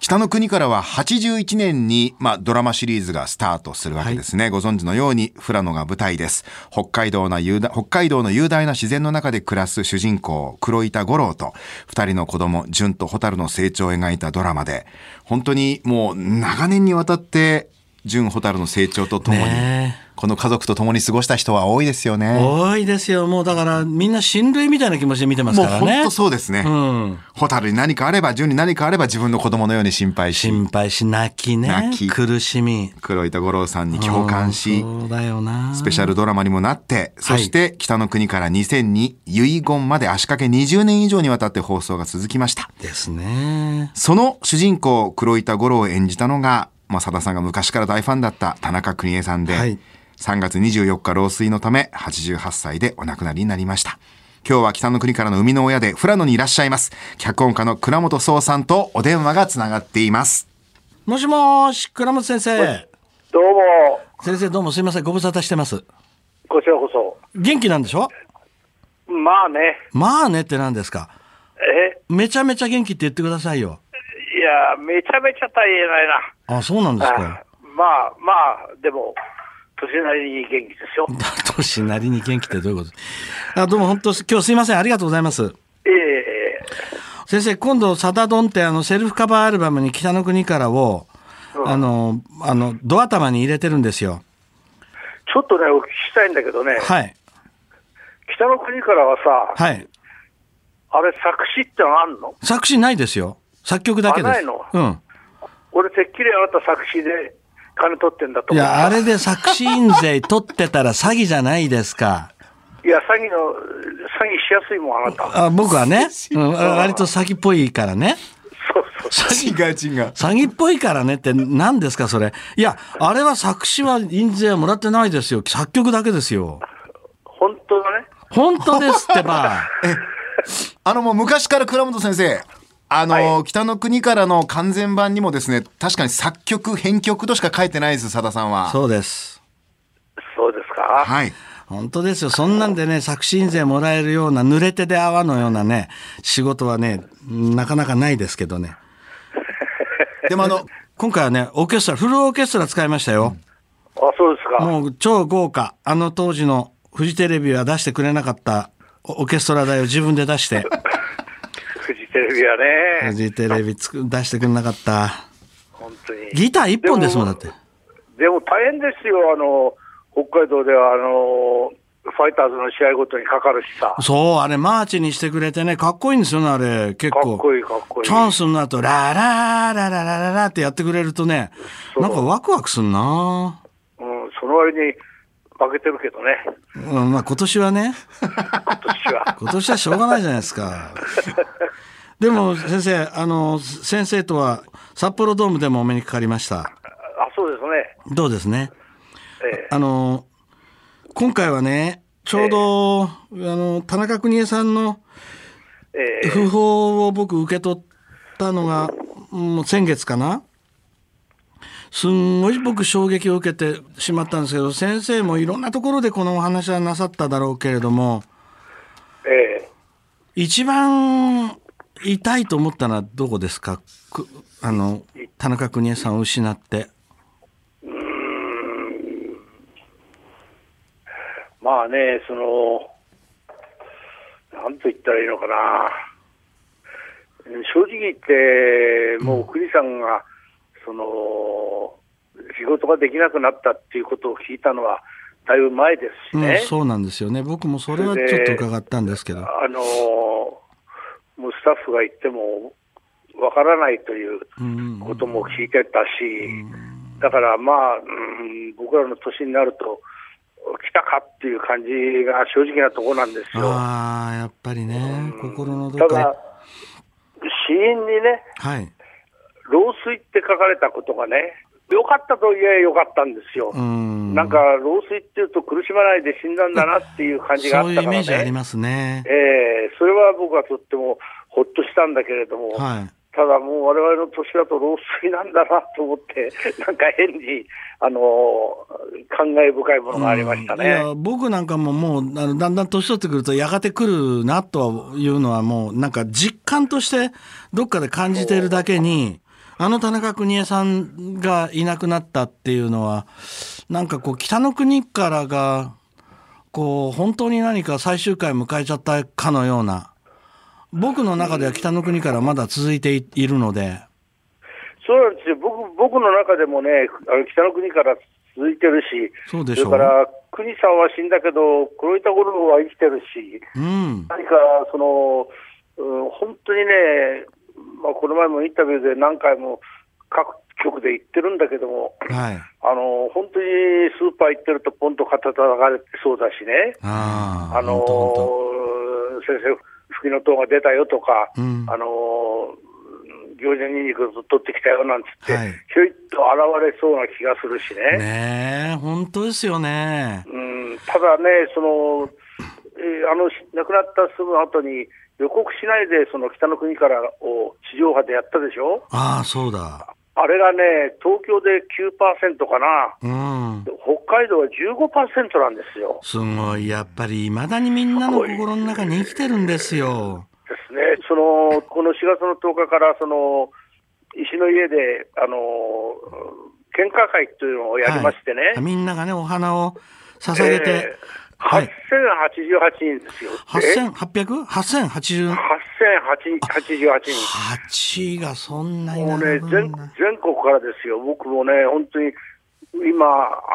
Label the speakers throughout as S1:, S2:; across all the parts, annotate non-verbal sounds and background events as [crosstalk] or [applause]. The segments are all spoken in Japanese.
S1: 北の国からは81年に、まあ、ドラマシリーズがスタートするわけですね。ご存知のように、富良野が舞台です。北海道な雄大北海道の雄大な自然の中で暮らす主人公、黒板五郎と、二人の子供、純と蛍の成長を描いたドラマで、本当にもう長年にわたって、純蛍の成長とともに、
S2: ね
S1: この家族と共に過ごした人は多いですよね。
S2: 多いですよもうだからみんな親類みたいな気持ちで見てます
S1: もう
S2: から
S1: 本
S2: ね
S1: 当そうですね。
S2: うん
S1: 蛍に何かあれば、純に何かあれば自分の子供のように心配し、
S2: 心配し泣きね
S1: 泣き
S2: 苦しみ
S1: 黒板五郎さんに共感し、
S2: うんそうだよな
S1: スペシャルドラマにもなって、そして北の国から2002遺言まで足掛け20年以上にわたって放送が続きました。
S2: ですね
S1: その主人公黒板五郎を演じたのが、まあ、佐田さんが昔から大ファンだった田中邦衛さんで、
S2: はい
S1: 3月24日老衰のため88歳でお亡くなりになりました。今日は北の国からの生みの親で富良野にいらっしゃいます。脚本家の倉本壮さんとお電話がつながっています。
S2: もしもーし倉本先生
S3: どうも、
S2: 先生どうもすいませんご無沙汰してます
S3: こちらこそ。
S2: 元気なんでしょ
S3: まあね、
S2: まあねって何ですか
S3: え、
S2: めちゃめちゃ元気って言ってくださいよ
S3: いや、めちゃめちゃ大変ないな。
S2: あそうなんです
S3: あ
S2: [laughs] か
S3: まあまあ、でも、年なりに元気ですよ。
S2: 年なりに元気ってどういうことあどうも本当今日すいませんありがとうございます
S3: ええ
S2: 先生今度「サダドン」ってあのセルフカバーアルバムに「北の国からを」あのあのド頭に入れてるんですよ
S3: ちょっとね、お聞きしたいんだけどね、
S2: はい
S3: 北の国からはさ、
S2: はい
S3: あれ、作詞ってのあんの
S2: 作詞ないですよ作曲だけです
S3: あないの
S2: うん
S3: 俺、てっきりあなた作詞で金取ってんだと
S2: い
S3: 思った
S2: やあれで作詞印税取ってたら詐欺じゃないですか
S3: いや、詐欺の、詐欺しやすいもん、あなた。
S2: あ僕は
S3: [laughs]
S2: ね、うん、あ割と詐欺っぽいからね
S3: そうそう。
S1: 違う違う。
S2: 詐欺っぽいからねって何ですかそれいやあれは作詞は印税はもらってないですよ作曲だけですよ
S3: 本当だね。
S2: 本当ですってば
S3: [laughs]
S1: あのもう昔から倉本先生、あの、北の国からの完全版にもですね、確かに作曲、編曲としか書いてないです、佐田さんは。
S2: そうです
S3: そうですか。
S1: はい。
S2: 本当ですよ。そんなんでね、作詞印税もらえるような、濡れ手で泡のようなね、仕事はね、なかなかないですけどね。
S1: でもあの、
S2: 今回はね、オーケストラ、フルオーケストラ使いましたよ。
S3: あ、そうですか。
S2: もう超豪華。あの当時のフジテレビは出してくれなかったオオーケストラ代を自分で出
S3: [laughs]
S2: して、
S3: フジテレビは
S2: フ
S3: ね、
S2: ジテレビつく出してくれなかった。
S3: 本当に。
S2: ギター一本ですもん、だって。
S3: でも大変ですよ、あの北海道ではあのファイターズの試合ごとにかかるしさ、
S2: そう、あれマーチにしてくれてね、かっこいいんですよね、あれ。結構。
S3: かっこいいかっこいい
S2: チャンスになると、ラーラーラーラーラーラーラーってやってくれるとね、
S3: そう
S2: なんかワクワクすんな
S3: うん、その割に負けてるけどね、
S2: うん、まあ今年はね、。
S3: 今年は
S2: [laughs] 今年はしょうがないじゃないです
S3: [laughs]
S2: か。でも先生、あの、先生とは札幌ドームでもお目にかかりました。
S3: あそうですね、
S2: どうですね。
S3: ええ
S2: あの、今回はね、ちょうど、あの、田中邦衛さんの
S3: ええ
S2: 訃報を僕受け取ったのが、もう先月かな。すんごい僕衝撃を受けてしまったんですけど、先生もいろんなところでこのお話はなさっただろうけれども、
S3: ええ
S2: 一番痛いと思ったのはどこですかくあの田中邦衛さんを失って
S3: まあね、その、なんと言ったらいいのかな、正直言って、もう栗さんが、その、仕事ができなくなったっていうことを聞いたのは、だいぶ前です
S2: う
S3: しね。
S2: ん、そうなんですよね僕もそれはちょっと伺ったんですけど
S3: あのーもうスタッフが行ってもわからないという
S2: うん
S3: ことも聞いてたし、だからまあ、うん、僕らの年になると、来たかっていう感じが正直なところなんですよ。
S2: ああやっぱりね心のど
S3: た
S2: こ
S3: だ
S2: か、
S3: 死因にね、
S2: はい
S3: 老衰って書かれたことがね、良かったと言えば良かったんですよ。
S2: うん
S3: なんか、老衰っていうと苦しまないで死んだんだなっていう感じがあ
S2: そう
S3: っ
S2: いう
S3: た
S2: イ
S3: から
S2: メー
S3: ね。
S2: ジありますね
S3: ええそれは僕はとってもほっとしたんだけれども、
S2: は
S3: ただもう我々の年だと老衰なんだなと思って、 [laughs] なんか変に、あの感慨深いものがありました
S2: い、い
S3: ね。
S2: や僕なんかももうあのだんだん年取ってくるとやがて来るなとはいうのはもうなんか実感としてどっかで感じているだけにあの田中邦衛さんがいなくなったっていうのはなんかこう北の国からがこう本当に何か最終回迎えちゃったかのような僕の中では北の国からまだ続いていいるので
S3: そうなんですよ。僕、僕の中でもね、あの北の国から続いてるし、
S2: そうでしょう
S3: れから、国さんは死んだけど、黒板五郎は生きてるし、
S2: うん
S3: 何か、その、うん、本当にね、まあ、この前もインタビューで何回も各局で言ってるんだけども、
S2: はい
S3: あの、本当にスーパー行ってるとポンと肩叩かれてそうだしね、
S2: ああ
S3: あの
S2: 本当本当
S3: 先生、吹きの塔が出たよとか、
S2: うん
S3: あの行者ニンニクを取ってきたよなんつって、
S2: はい
S3: ひょいっと現れそうな気がするしね。
S2: ねえ本当ですよね
S3: うん、ただね、その、えーあの、し亡くなったすぐ後に、予告しないで、その北の国からを地上波でやったでしょ
S2: ああそうだ
S3: あれがね、東京で9%かな。
S2: うん
S3: 北海道は15%なんですよ。
S2: すごいやっぱりいまだにみんなの心の中に生きてるんですよ
S3: ですね、そのこの4月の10日からその石の家で、あの喧嘩会というのをやりましてね、
S2: はいみんながねお花を捧げて
S3: え、ー8088人ですよ、え
S2: 8800?8088
S3: 8088人。
S2: がそんなに
S3: もう
S2: 並
S3: ね、
S2: ぶ
S3: 全
S2: んだ
S3: 全国からですよ、僕もね、本当に今、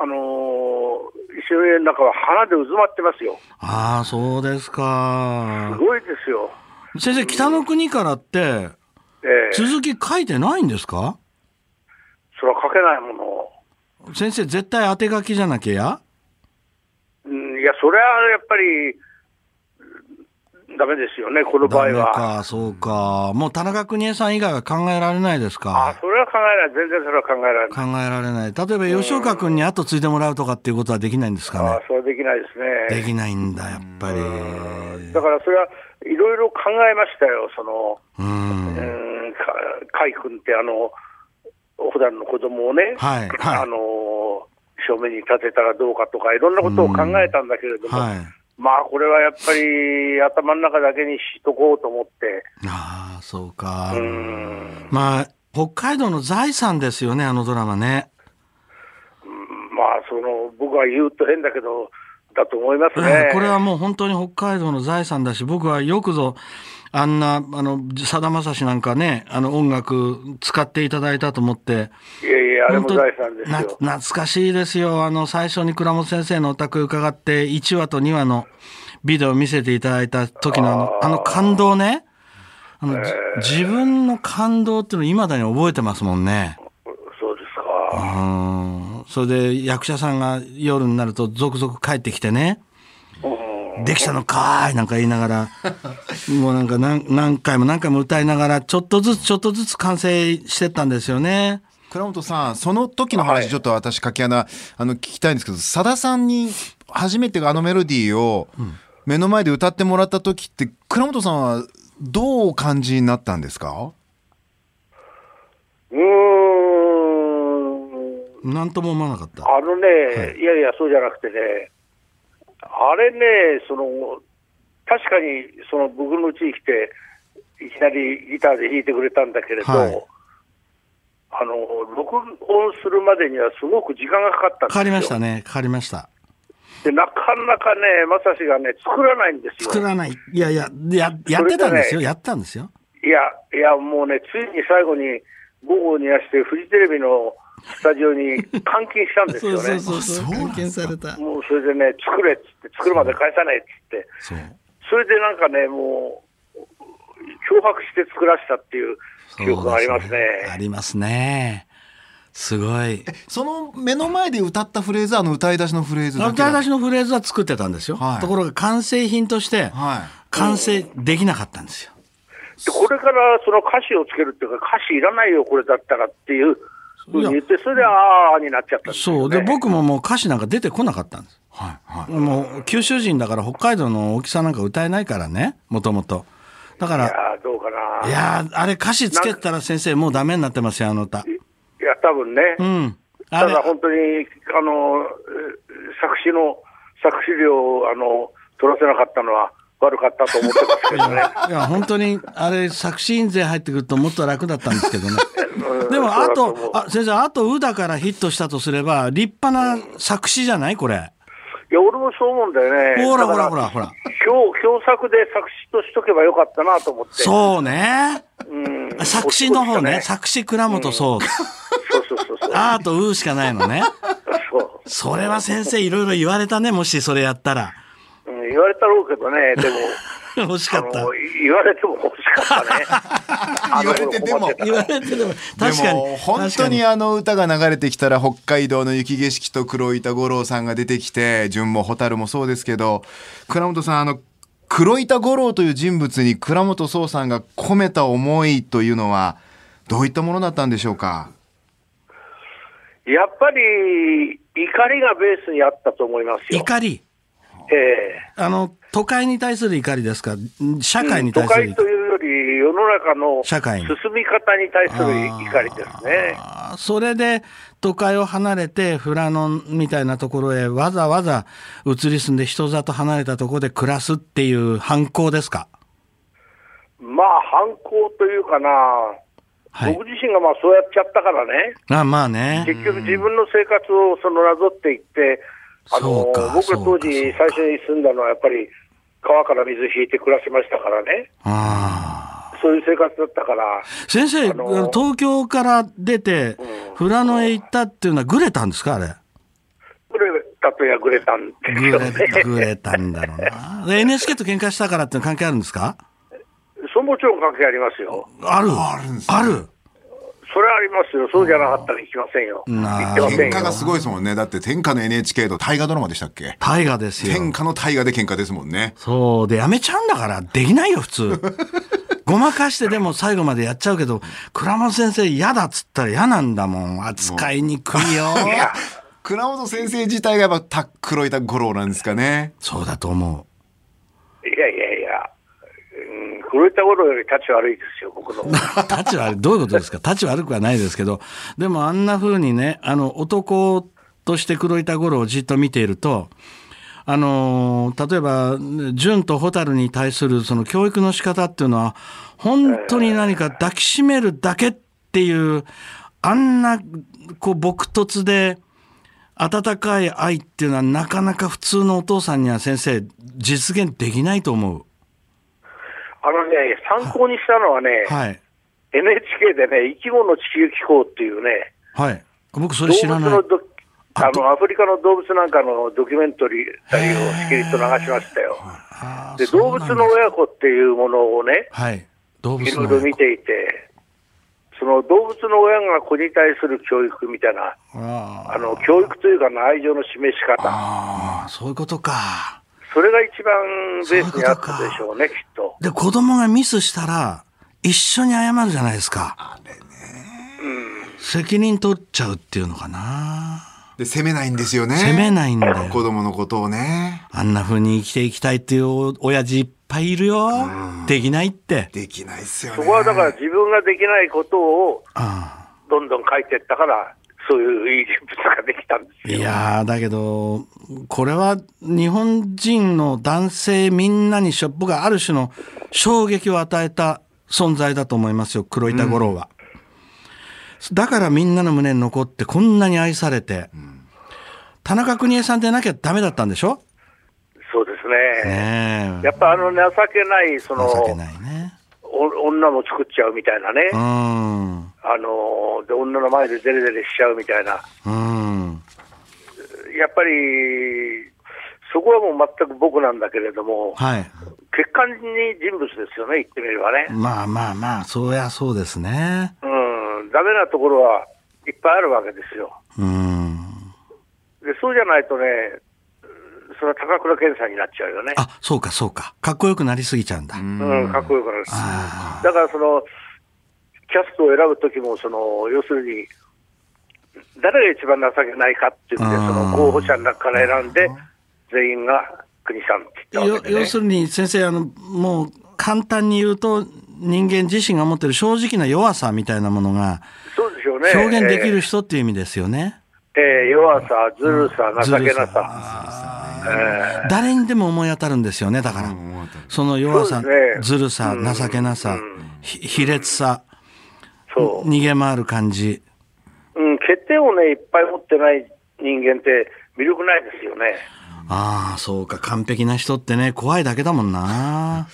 S3: あのー石の家の中は花で渦まってますよ、
S2: ああそうです
S3: す
S2: か
S3: ごいですよ、
S2: 先生北の国からって
S3: えー、それ
S2: 続き書いてないんですか
S3: は書けないもの、
S2: 先生絶対当て書きじゃなきゃや
S3: うん、いや、それはやっぱり、ダメですよね、この場
S2: ダメ
S3: 合は。
S2: かそうかもう田中邦衛さん以外は考えられないです
S3: あ
S2: か
S3: それは考えない、全然それは考えられない。
S2: 考えられない例えば吉岡君に後継いでもらうとかっていうことはできないんですか
S3: あ
S2: ね
S3: あそれはできないです
S2: で
S3: ね。
S2: きないんだやっぱり
S3: だからそれはいろいろ考えましたよ、その、
S2: うん
S3: うん、か海君って、あの、普段の子供をね、
S2: はいはい
S3: あの、正面に立てたらどうかとか、いろんなことを考えたんだけれども、
S2: はい
S3: まあ、これはやっぱり頭の中だけにしとこうと思って、
S2: ああそうか
S3: うん、
S2: まあ北海道の財産ですよねあのドラマね
S3: まあ、その、僕は言うと変だけど、だと思いますね。
S2: これはもう本当に北海道の財産だし僕はよくぞあんなあのさだまさしなんかねあの音楽使っていただいたと思って
S3: いやいや、あれも
S2: 本当
S3: 財産です
S2: な
S3: よ。
S2: 懐かしいですよあの最初に倉本先生のお宅伺って1話と2話のビデオを見せていただいた時のあのあの感動ねあの、じ自分の感動っていうのいまだに覚えてますもんね。
S3: そうですか。
S2: うんそれで役者さんが夜になると続々帰ってきてね「できたのかーい」なんか言いながら
S3: [laughs]
S2: もうなんか何何回も何回も歌いながらちょっとずつちょっとずつ完成してったんですよね。
S1: 倉本さん、その時の話、ちょっと私、かけ穴、あの、聞きたいんですけど、さださんに初めてあのメロディーを目の前で歌ってもらった時って、倉本さんはどうお感じになったんですか
S3: うーん。
S2: なんとも思わなかった。
S3: あのね、い、やいや、そうじゃなくてね、あれね、その、確かに、その、僕のうちに来て、いきなりギターで弾いてくれたんだけれど、
S2: はい
S3: あの、録音するまでにはすごく時間がかかったん
S2: か
S3: ですよ。
S2: かりましたね。かかりました。
S3: で、なかなかね、まさしがね、作らないんですよ。
S2: 作らない。いやいや、や、やってたんですよ。やったんですよ。
S3: いや、いや、もうね、ついに最後に、午後にやして、フジテレビのスタジオに監禁したんですよね。
S2: う [laughs] そう。発見された。
S3: もうそれでね、作れっつって、作るまで返さないっつって、
S2: そう。
S3: それでなんかね、もう、脅迫して作らしたっていう記憶がありますね。
S2: ありますね。すごい。
S1: その目の前で歌ったフレーズ、あの歌い出しのフレーズだけ
S2: 歌い出
S1: だ
S2: しのフレーズは作ってたんですよ。
S1: はい
S2: ところが完成品として
S1: はい。
S2: 完成できなかったんですよ。
S3: でこれからその歌詞をつけるっていうか、歌詞いらないよ、これだったらっていうふうに言って、それであーになっちゃったんです
S2: そ
S3: よ、
S2: う
S3: ね。
S2: で僕ももう歌詞なんか出てこなかったんです。
S1: はい。はい。。
S2: もう九州人だから北海道の大きさなんか歌えないからねもともと。だか
S3: い
S2: ら
S3: やー、どうかな。
S2: い
S3: いや、
S2: やーあれ歌詞つけたら先生もうダメになってますよあの歌。
S3: 多分ね。
S2: うん。あ
S3: た
S2: れ
S3: だ本当に、あの、えー作詞の、作詞料を、あの、取らせなかったのは、悪かったと思ってますけどね。
S2: [laughs] いや本当にあれ作詞印税入ってくるともっと楽だったんですけ
S3: [laughs]
S2: どねでもあ
S3: そうだと思
S2: と
S3: う
S2: あ先生あと「う」だからヒットしたとすれば立派な作詞じゃないこれ
S3: いや、俺もそう思うんだよね。
S2: ほら
S3: だ
S2: ほ
S3: から
S2: ほらほら
S3: 表表作で作詞としとけばよかったなと思って。
S2: そうね
S3: うん
S2: 作詞の方ね
S3: そう
S2: 作詞倉本そう
S3: そうそうそう。
S2: あーとうーしかないのね。
S3: そう
S2: それは先生いろいろ言われたね、もしそれやったら。
S3: うん、言われたろうけどね、で
S2: [laughs]
S3: も、
S2: 欲し
S3: あ
S2: かった
S3: の。言われても欲し
S2: [laughs]
S3: かったね
S1: 言われてでも
S3: あの頃困ってた
S2: 言われてでも、確か
S1: で
S2: に。
S1: も本
S2: 確
S1: 当
S2: か
S1: にあの歌が流れてきたら北海道の雪景色と黒板五郎さんが出てきて順も蛍もそうですけど倉本さんあの黒板五郎という人物に倉本壮さんが込めた思いというのはどういったものだったんでしょうか
S3: やっぱり、怒りがベースにあったと思いますよ。
S2: 怒り。
S3: ええ
S2: あの、都会に対する怒りですか社会に
S3: 都
S2: 対する
S3: 会
S2: 怒
S3: と
S2: り。
S3: いうより、世の中の
S2: 社会に
S3: 進み方に対する怒りですね。
S2: あーそれで都会を離れて富良野みたいなところへわざわざ移り住んで人里離れたところで暮らすっていう反抗ですか
S3: まあ、反抗というかな、
S2: はい
S3: 僕自身がまあそうやっちゃったからね、
S2: あまあね
S3: 結局自分の生活をそのなぞっていって、あの
S2: そうか
S3: 僕ら
S2: そう
S3: 当
S2: か
S3: 時
S2: そうか
S3: 最初に住んだのはやっぱり川から水引いて暮らしましたからね、
S2: ああ
S3: そういう生活だったから、
S2: 先生、
S3: あのー
S2: 東京から出て、富良野へ行ったっていうのはぐれたんですかあれ。
S3: グレたとやグレたんです
S2: ぐ
S3: よ
S2: れ、
S3: ね。
S2: ぐれたんだろうな。で NHK と喧嘩したからっていうの関係あるんですか
S3: そうもちろん関係ありますよ。
S2: ある。あ
S1: るんですね
S2: ある。
S3: それはありますよ。そうじゃなかったら行きませんよ。
S2: な
S3: 行
S2: あ
S3: ってません
S1: 喧
S3: よ
S1: 嘩。がすごいですもんねだって天下の NHK と大河ドラマでしたっけ
S2: 大河ですよ。
S1: 天下の大河で喧嘩ですもんね
S2: そう。で、やめちゃうんだから、できないよ、普通。ごまかしてでも最後までやっちゃうけど、倉本先生嫌だっつったら嫌なんだもん。扱いにくいよ。
S1: 倉本先生自体がやっぱた黒板五郎なんですかね
S2: そうだと思う。
S3: いやいやいや。うん、こういった頃より立ち悪いですよ、
S2: [laughs]
S3: 僕の。
S2: 立ち悪い、どういうことですか立ち悪くはないですけど、でもあんな風にね、あの、男として黒板五郎をじっと見ていると、あのー例えば、純と蛍に対するその教育の仕方っていうのは、本当に何か抱きしめるだけっていう、あんな、こう、朴突で、温かい愛っていうのはなかなか普通のお父さんには先生、実現できないと思う。
S3: あのね、参考にしたのはね、
S2: はい。
S3: NHK でね、生き物地球気候っていうね、
S2: はい。僕そ
S3: 動
S2: れ知ら
S3: 物
S2: ない。
S3: のド
S2: あ
S3: あのアフリカの動物なんかのドキュメンタリーをしきりと流しましたよ。
S2: あー
S3: で、
S2: そう
S3: 動
S2: な
S3: 物
S2: んだ
S3: の親子っていうものをね、
S2: はい。動物
S3: いろい
S2: の
S3: ろ見ていて、その動物の親が子に対する教育みたいな、
S2: あ
S3: あの教育というかな愛情の示し方、
S2: あ、そういうことか。
S3: それが一番ベースにあったでしょうね、きっと。
S2: で、子供がミスしたら、一緒に謝るじゃないですか。あれね。責任取っちゃうっていうのかな。
S1: で責めないんですよね
S2: 責めないんだよ
S1: 子供のことをね
S2: あんな風に生きていきたいっていう親父いっぱいいるよ。できないって。
S1: できないっすよね
S3: そこはだから自分ができないことを
S2: あ
S3: どんどん書いていったから、そういういい人物ができたんです
S2: あ
S3: よ。
S2: いやー、だけど、これは日本人の男性みんなにしょ、僕はある種の衝撃を与えた存在だと思いますよ、黒板五郎は。だからみんなの胸に残ってこんなに愛されて、田中邦衛さんでなきゃダメだったんでしょ
S3: そうですね。
S2: ねえ
S3: やっぱあの情けない、その、
S2: 情けないね
S3: お女も作っちゃうみたいなね、
S2: うん
S3: あので女の前でデレデレしちゃうみたいな、
S2: うん
S3: やっぱりそこはもう全く僕なんだけれども、
S2: はい
S3: 欠陥に人物ですよね、言ってみればね。
S2: まあまあまあそりゃそうですね
S3: うん、ダメなところはいっぱいあるわけですよ。
S2: うん
S3: でそうじゃないとね、それは高倉健さんになっちゃうよね。
S2: あそうかそうかかっこよくなりすぎちゃうんだ
S3: うん、かっこよくなる。だからその、キャストを選ぶときも、その、要するに、誰が一番情けないかっていうので、
S2: うん
S3: その候補者の中から選んで、全員が国さんって言ったわ
S2: よ
S3: けで、ね。
S2: 要するに先生あのもう簡単に言うと人間自身が持ってる正直な弱さみたいなものが
S3: そうでしょうね。
S2: 表現できる人っていう意味ですよね、
S3: えーえー弱さ、ずるさ、情けなさ。
S2: あ誰にでも思い当たるんですよね、だから。その弱さ、
S3: そうですね
S2: ずるさ
S3: う、ん
S2: 情けなさ、ひ卑劣さ、
S3: そ
S2: 逃げ回る感じ。
S3: う。うん、欠点をね、いっぱい持ってない人間って魅力ないですよね。
S2: ああ、そうか、完璧な人ってね、怖いだけだもんな。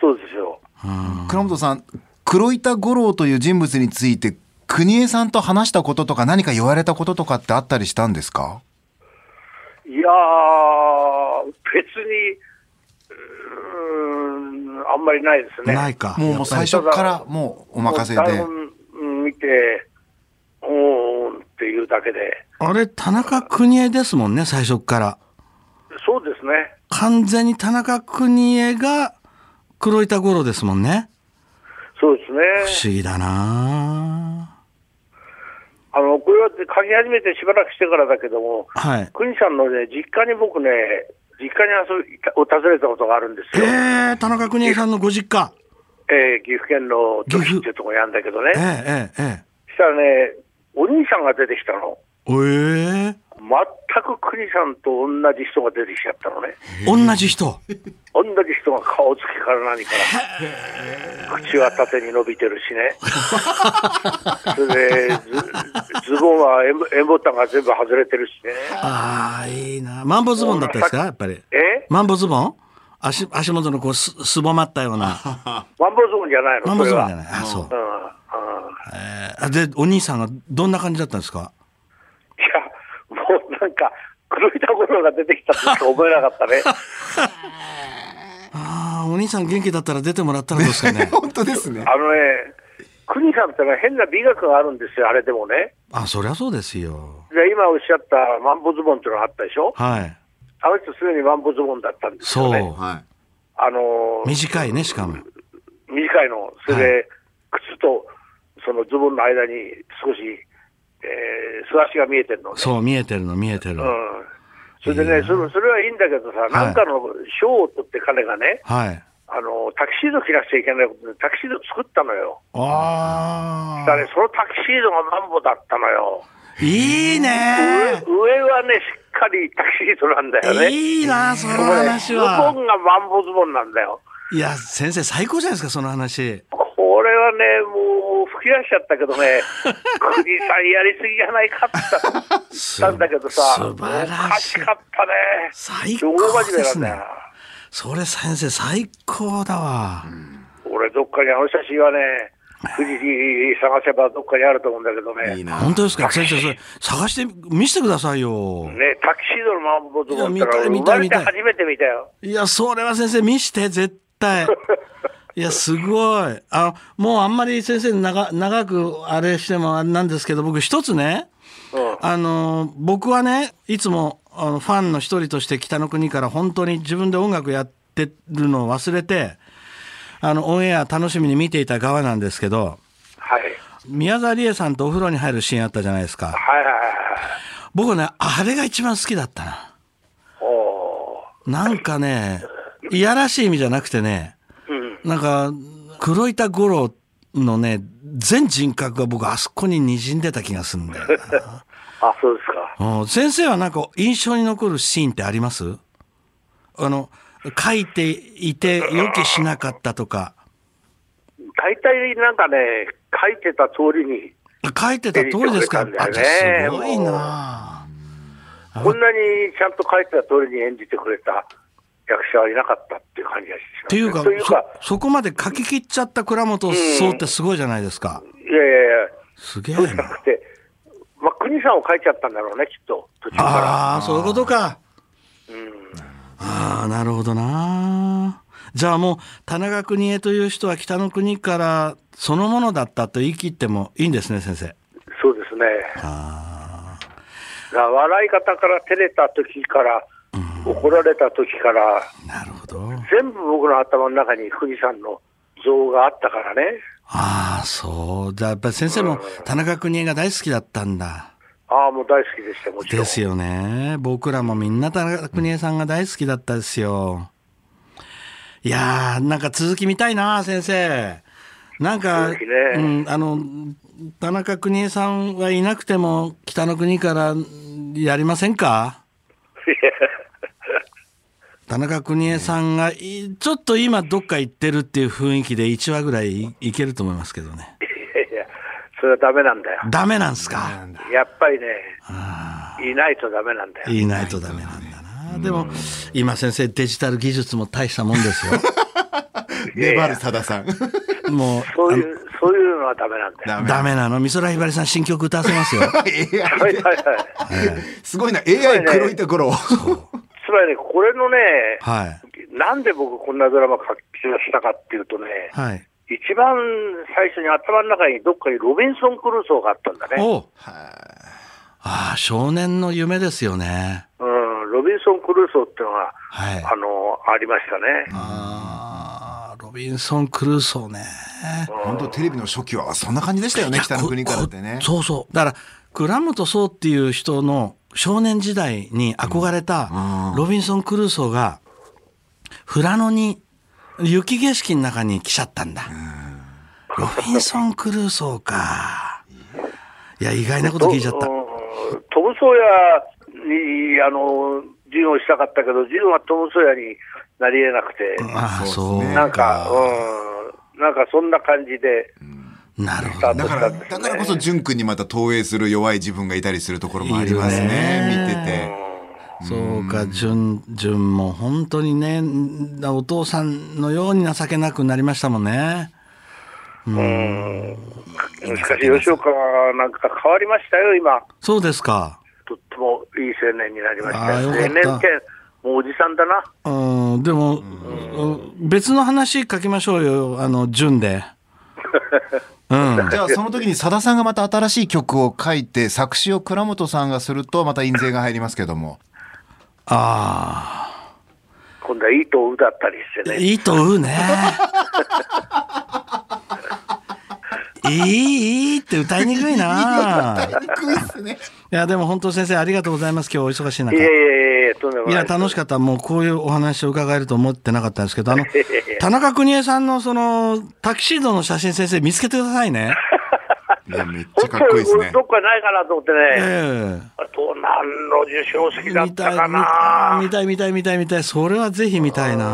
S3: そうですよ。
S1: 倉本さん黒板五郎という人物について国枝さんと話したこととか何か言われたこととかってあったりしたんですか
S3: いやー、別に、うーん、あんまりないですね。
S2: ないか。
S1: もうもう
S2: やっぱ
S1: 最
S2: り
S1: 初からもうお任せ
S3: もう台
S1: で。
S3: 本うん見て、おーんっていうだけで。
S2: あれ、田中邦衛ですもんね、最初っから。
S3: そうですね。
S2: 完全に田中邦衛が黒板五郎ですもんね。
S3: そうですね。
S2: 不思議だな
S3: あの、これは書き始めてしばらくしてからだけども、
S2: はい。
S3: 国さんのね、実家に僕ね、実家に遊び、を訪ねたことがあるんです
S2: え
S3: よ。
S2: ー、田中邦衛さんのご実家。
S3: えー岐阜県の土肥っていうところにあるんだけどね
S2: え。えええ
S3: したらね、お兄さんが出てきたの。
S2: えええ
S3: 全く国さんと同じ人が出てきちゃったのね。
S2: 同じ人。
S3: 同じ人が顔つきから何から、口は縦に伸びてるしね、それでズズボンは円ボタンが全部外れてるしね、
S2: ああ、いいな。マンボズボンだったんですかやっぱり。
S3: え
S2: マンボズボン足足元のこうすすぼまったような。
S3: [laughs] マンボウズボンじゃないの、
S2: マンボズボンじゃ
S3: こ
S2: ない。あそう、
S3: れはうんう
S2: え
S3: ん
S2: ーで、お兄さんがどんな感じだったんですか
S3: いや、もうなんか、黒いところが出てきたとしか思えなかっ
S2: [laughs]
S3: たね。
S2: ああ、お兄さん元気だったら出てもらったらどうですか
S3: [laughs]
S2: ね
S1: 本当ですね
S3: あのね、国さんってのは変な美学があるんですよ、あれでもね。
S2: あ、そりゃそうですよ。
S3: で今おっしゃったマンボズボンっていうのがあったでしょ
S2: はい。
S3: あの人すでにマンボズボンだったんですよね。
S2: そ
S1: は
S3: あの
S2: う。短いね、しかも。
S3: 短いの、それで、靴とそのズボンの間に少し、えー、素足が見えてるのね。
S2: そう、見えてるの、見えてる。
S3: うん。それでね、それそれはいいんだけどさ、なんかの賞を取って彼がね、
S2: はい。
S3: あの、タキシード着なくちゃいけないことで、タキシード作ったのよ。
S2: あ
S3: だからね、そのタキシードがマンボだったのよ。
S2: あ。いいね
S3: 上上はね、しっかりタキシードなんだよね。
S2: いいな、その
S3: これ
S2: 話
S3: ズ
S2: は
S3: ボ。ンがマンボズボンなんだよ。
S2: いや、先生、最高じゃないですか、その話。
S3: これはね、もう吹き出しちゃったけ
S2: [laughs]
S3: どね、国さんやりすぎじゃないかって
S2: [laughs]
S3: 言ったんだけどさ、
S2: 素晴
S3: お
S2: ら
S3: か
S2: し
S3: し
S2: い
S3: かったね。
S2: 最
S3: 超
S2: 高
S3: 真
S2: で
S3: 面
S2: す
S3: 目
S2: ね
S3: なんだよ。
S2: それ、先生、最高だわ。
S3: 俺、どっかにあの写真はね、富士探せばどっかにあると思うんだけどね、
S1: いいい
S3: ね
S1: な
S2: 本当ですか、先生、それ、探して、見せてくださいよ。
S3: タキシードのマンボズボンっての
S2: いや
S3: は
S2: 見
S3: 生
S2: た
S3: ま
S2: い見
S3: れ
S2: たい
S3: て
S2: 見たい
S3: 初めて見たよ。
S2: いや、それは先生、見して、絶対。いや、すごい。あ、もうあんまり先生長、長くあれしてもあれなんですけど、僕一つね、
S3: うん
S2: あの、僕はね、いつもあのファンの一人として北の国から本当に自分で音楽やってるのを忘れて、あの、オンエア楽しみに見ていた側なんですけど、
S3: はい。
S2: 宮沢りえさんとお風呂に入るシーンあったじゃないですか。
S3: はいはいはいはい。
S2: 僕ね、あれが一番好きだったな。
S3: お
S2: なんかね、いやらしい意味じゃなくてね、
S3: ーうん。
S2: なんか、黒板五郎のね、全人格が僕、あそこに滲んでた気がするんだよ
S3: あ、そうですか。
S2: なうん先生はなんか、印象に残るシーンってありますあの、書いていて予期しなかったとか、
S3: 大体なんかね、書いてた通りに、
S2: 書いてた通りですか、
S3: ええ
S2: あ
S3: そう
S2: じ
S3: だ
S2: ゃあ
S3: よね
S2: すごいな
S3: こんなにちゃんと書いてた通りに演じてくれた役者はいなかったっていう感じがし
S2: っ
S3: ます
S2: ていうか
S3: というか、
S2: そ、そこまで書き切っちゃった倉本総ってすごいじゃないですか。
S3: いやい
S2: すげえ
S3: やいや、そうじゃ
S2: な
S3: な。くて、まあ、国さんを書いちゃったんだろうね、きっと、途中か
S2: ああー、そういうことか。ああ、なるほどな。じゃあもう、田中邦衛という人は北の国からそのものだったと言い切ってもいいんですね、先生。
S3: ら。そうですね。だから笑い方から照れた時から、怒られた時から、
S2: なるほど。
S3: 全部僕の頭の中に国さんの像があったからね。
S2: ああ、そう。じゃあやっぱり先生も田中邦衛が大好きだったんだ。
S3: ああ、もう大好きでした、もちろん。
S2: ですよね。僕らもみんな田中邦衛さんが大好きだったですよ。いやー、なんか続き見たいな、先生。なんか、
S3: 続きね
S2: うん、あの、田中邦衛さんはいなくても、北の国からやりませんか
S3: いや
S2: 田中邦衛さんが、いちょっと今どっか行ってるっていう雰囲気で1話ぐらいいいけると思いますけどね。
S3: いや、それはダメなんだよ。
S2: ダメなんすか。
S3: やっぱりね、いないとダメなんだよ。
S2: いないとダメなんだな。でも、今先生デジタル技術も大したも
S1: [laughs]
S2: んですよ。
S1: 粘るさだ [laughs] さん。
S2: もう、
S3: そういう、そういうのはダメなんだよ。
S1: ダメ。
S2: ダメなの。美空ひばりさん新曲歌わ
S1: [laughs]
S2: せますよ。
S3: はい
S1: AI
S3: はいはい。
S1: すごいな。AI 黒いところ。
S3: つまりね、これのね、
S2: はい。
S3: なんで僕こんなドラマ書きしたかっていうとね、
S2: はい。
S3: 一番最初に頭の中にどっかにロビンソン・クルーソーがあったんだね。
S2: おうああ、少年の夢ですよね。
S3: うん、ロビンソン・クルーソーっていうのが、
S2: はい。
S3: あの、ありましたね。
S2: あーロビンソン・クルーソーね。
S1: 本当テレビの初期はそんな感じでしたよね。北の国からってね
S2: こ。そうそう。だから、倉本壮っていう人の少年時代に憧れたロビンソン・クルーソーが、富良野に、雪景色の中に来ちゃったんだ。ロビンソン・クルーソーか。いや、意外なこと聞いちゃった
S3: う。んトム・ソーヤに、あの、授業したかったけど、授業はトム・ソーヤになり得なくて、
S2: ああ、
S1: そう
S2: そう
S1: ですね
S3: なんか、うん、なんかそんな感じで、
S2: なるほど。
S3: だ
S1: だから、だからこそ、淳君にまた投影する弱い自分がいたりするところもあります
S2: いる
S1: ね。
S2: ね
S1: 見てて。
S2: そうか、淳、淳も本当にね、お父さんのように情けなくなりましたもんね。
S3: しかし吉岡はなんか変わりましたよ、今。
S2: そうですか。
S3: とってもいい青年になりまし
S2: あー
S3: た
S2: よ
S3: よ。
S2: かった
S3: 青年って、もうおじさんだな。
S2: うん、でも、うん別の話書きましょうよ、あの、淳で。うん。
S1: じゃあその時にさださんがまた新しい曲を書いて作詞を倉本さんがするとまた印税が入りますけど
S2: [laughs]
S1: も
S2: あ
S3: 今度はいいと歌ったりして
S2: あ、
S3: ね。
S2: いいとうね。 [laughs] いい、いいって歌いにくいな。い
S1: 低いっすね
S2: や、でも本当先生ありがとうございます。今日お忙しい中。
S3: いやいやいや、とんでも
S2: い
S3: な
S2: や、
S3: い。
S2: 楽しかった。もうこういうお話を伺えると思ってなかったんですけ
S3: [laughs]
S2: ど、あの、田中邦衛さんのその、タキシードの写真先生見つけてくださいね。
S1: いやめっちゃ
S3: 本
S1: か
S3: 当
S1: っこいいです
S3: 俺
S1: ね
S3: どっかないかなと思って
S2: ええ
S3: ね。あと、何の受賞式だっ
S2: 見た
S3: た
S2: い
S3: か
S2: 見
S3: な。
S2: たい、見たい、見たい、見たい。それはぜひ見たいな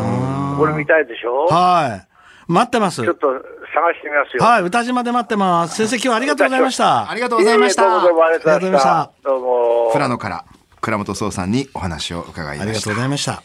S3: これ見たいでしょ
S2: はい。待ってます
S3: ちょ。っと探してみますよ。
S2: はい、歌島で待ってます。先生、今日はありがとうございました。
S1: ありがとうございました
S3: ええどうもどうもありがとうございました。どうも。
S1: 富良野から倉本壮さんにお話を伺いま
S2: ありが
S1: し
S2: と
S1: た
S2: うございました。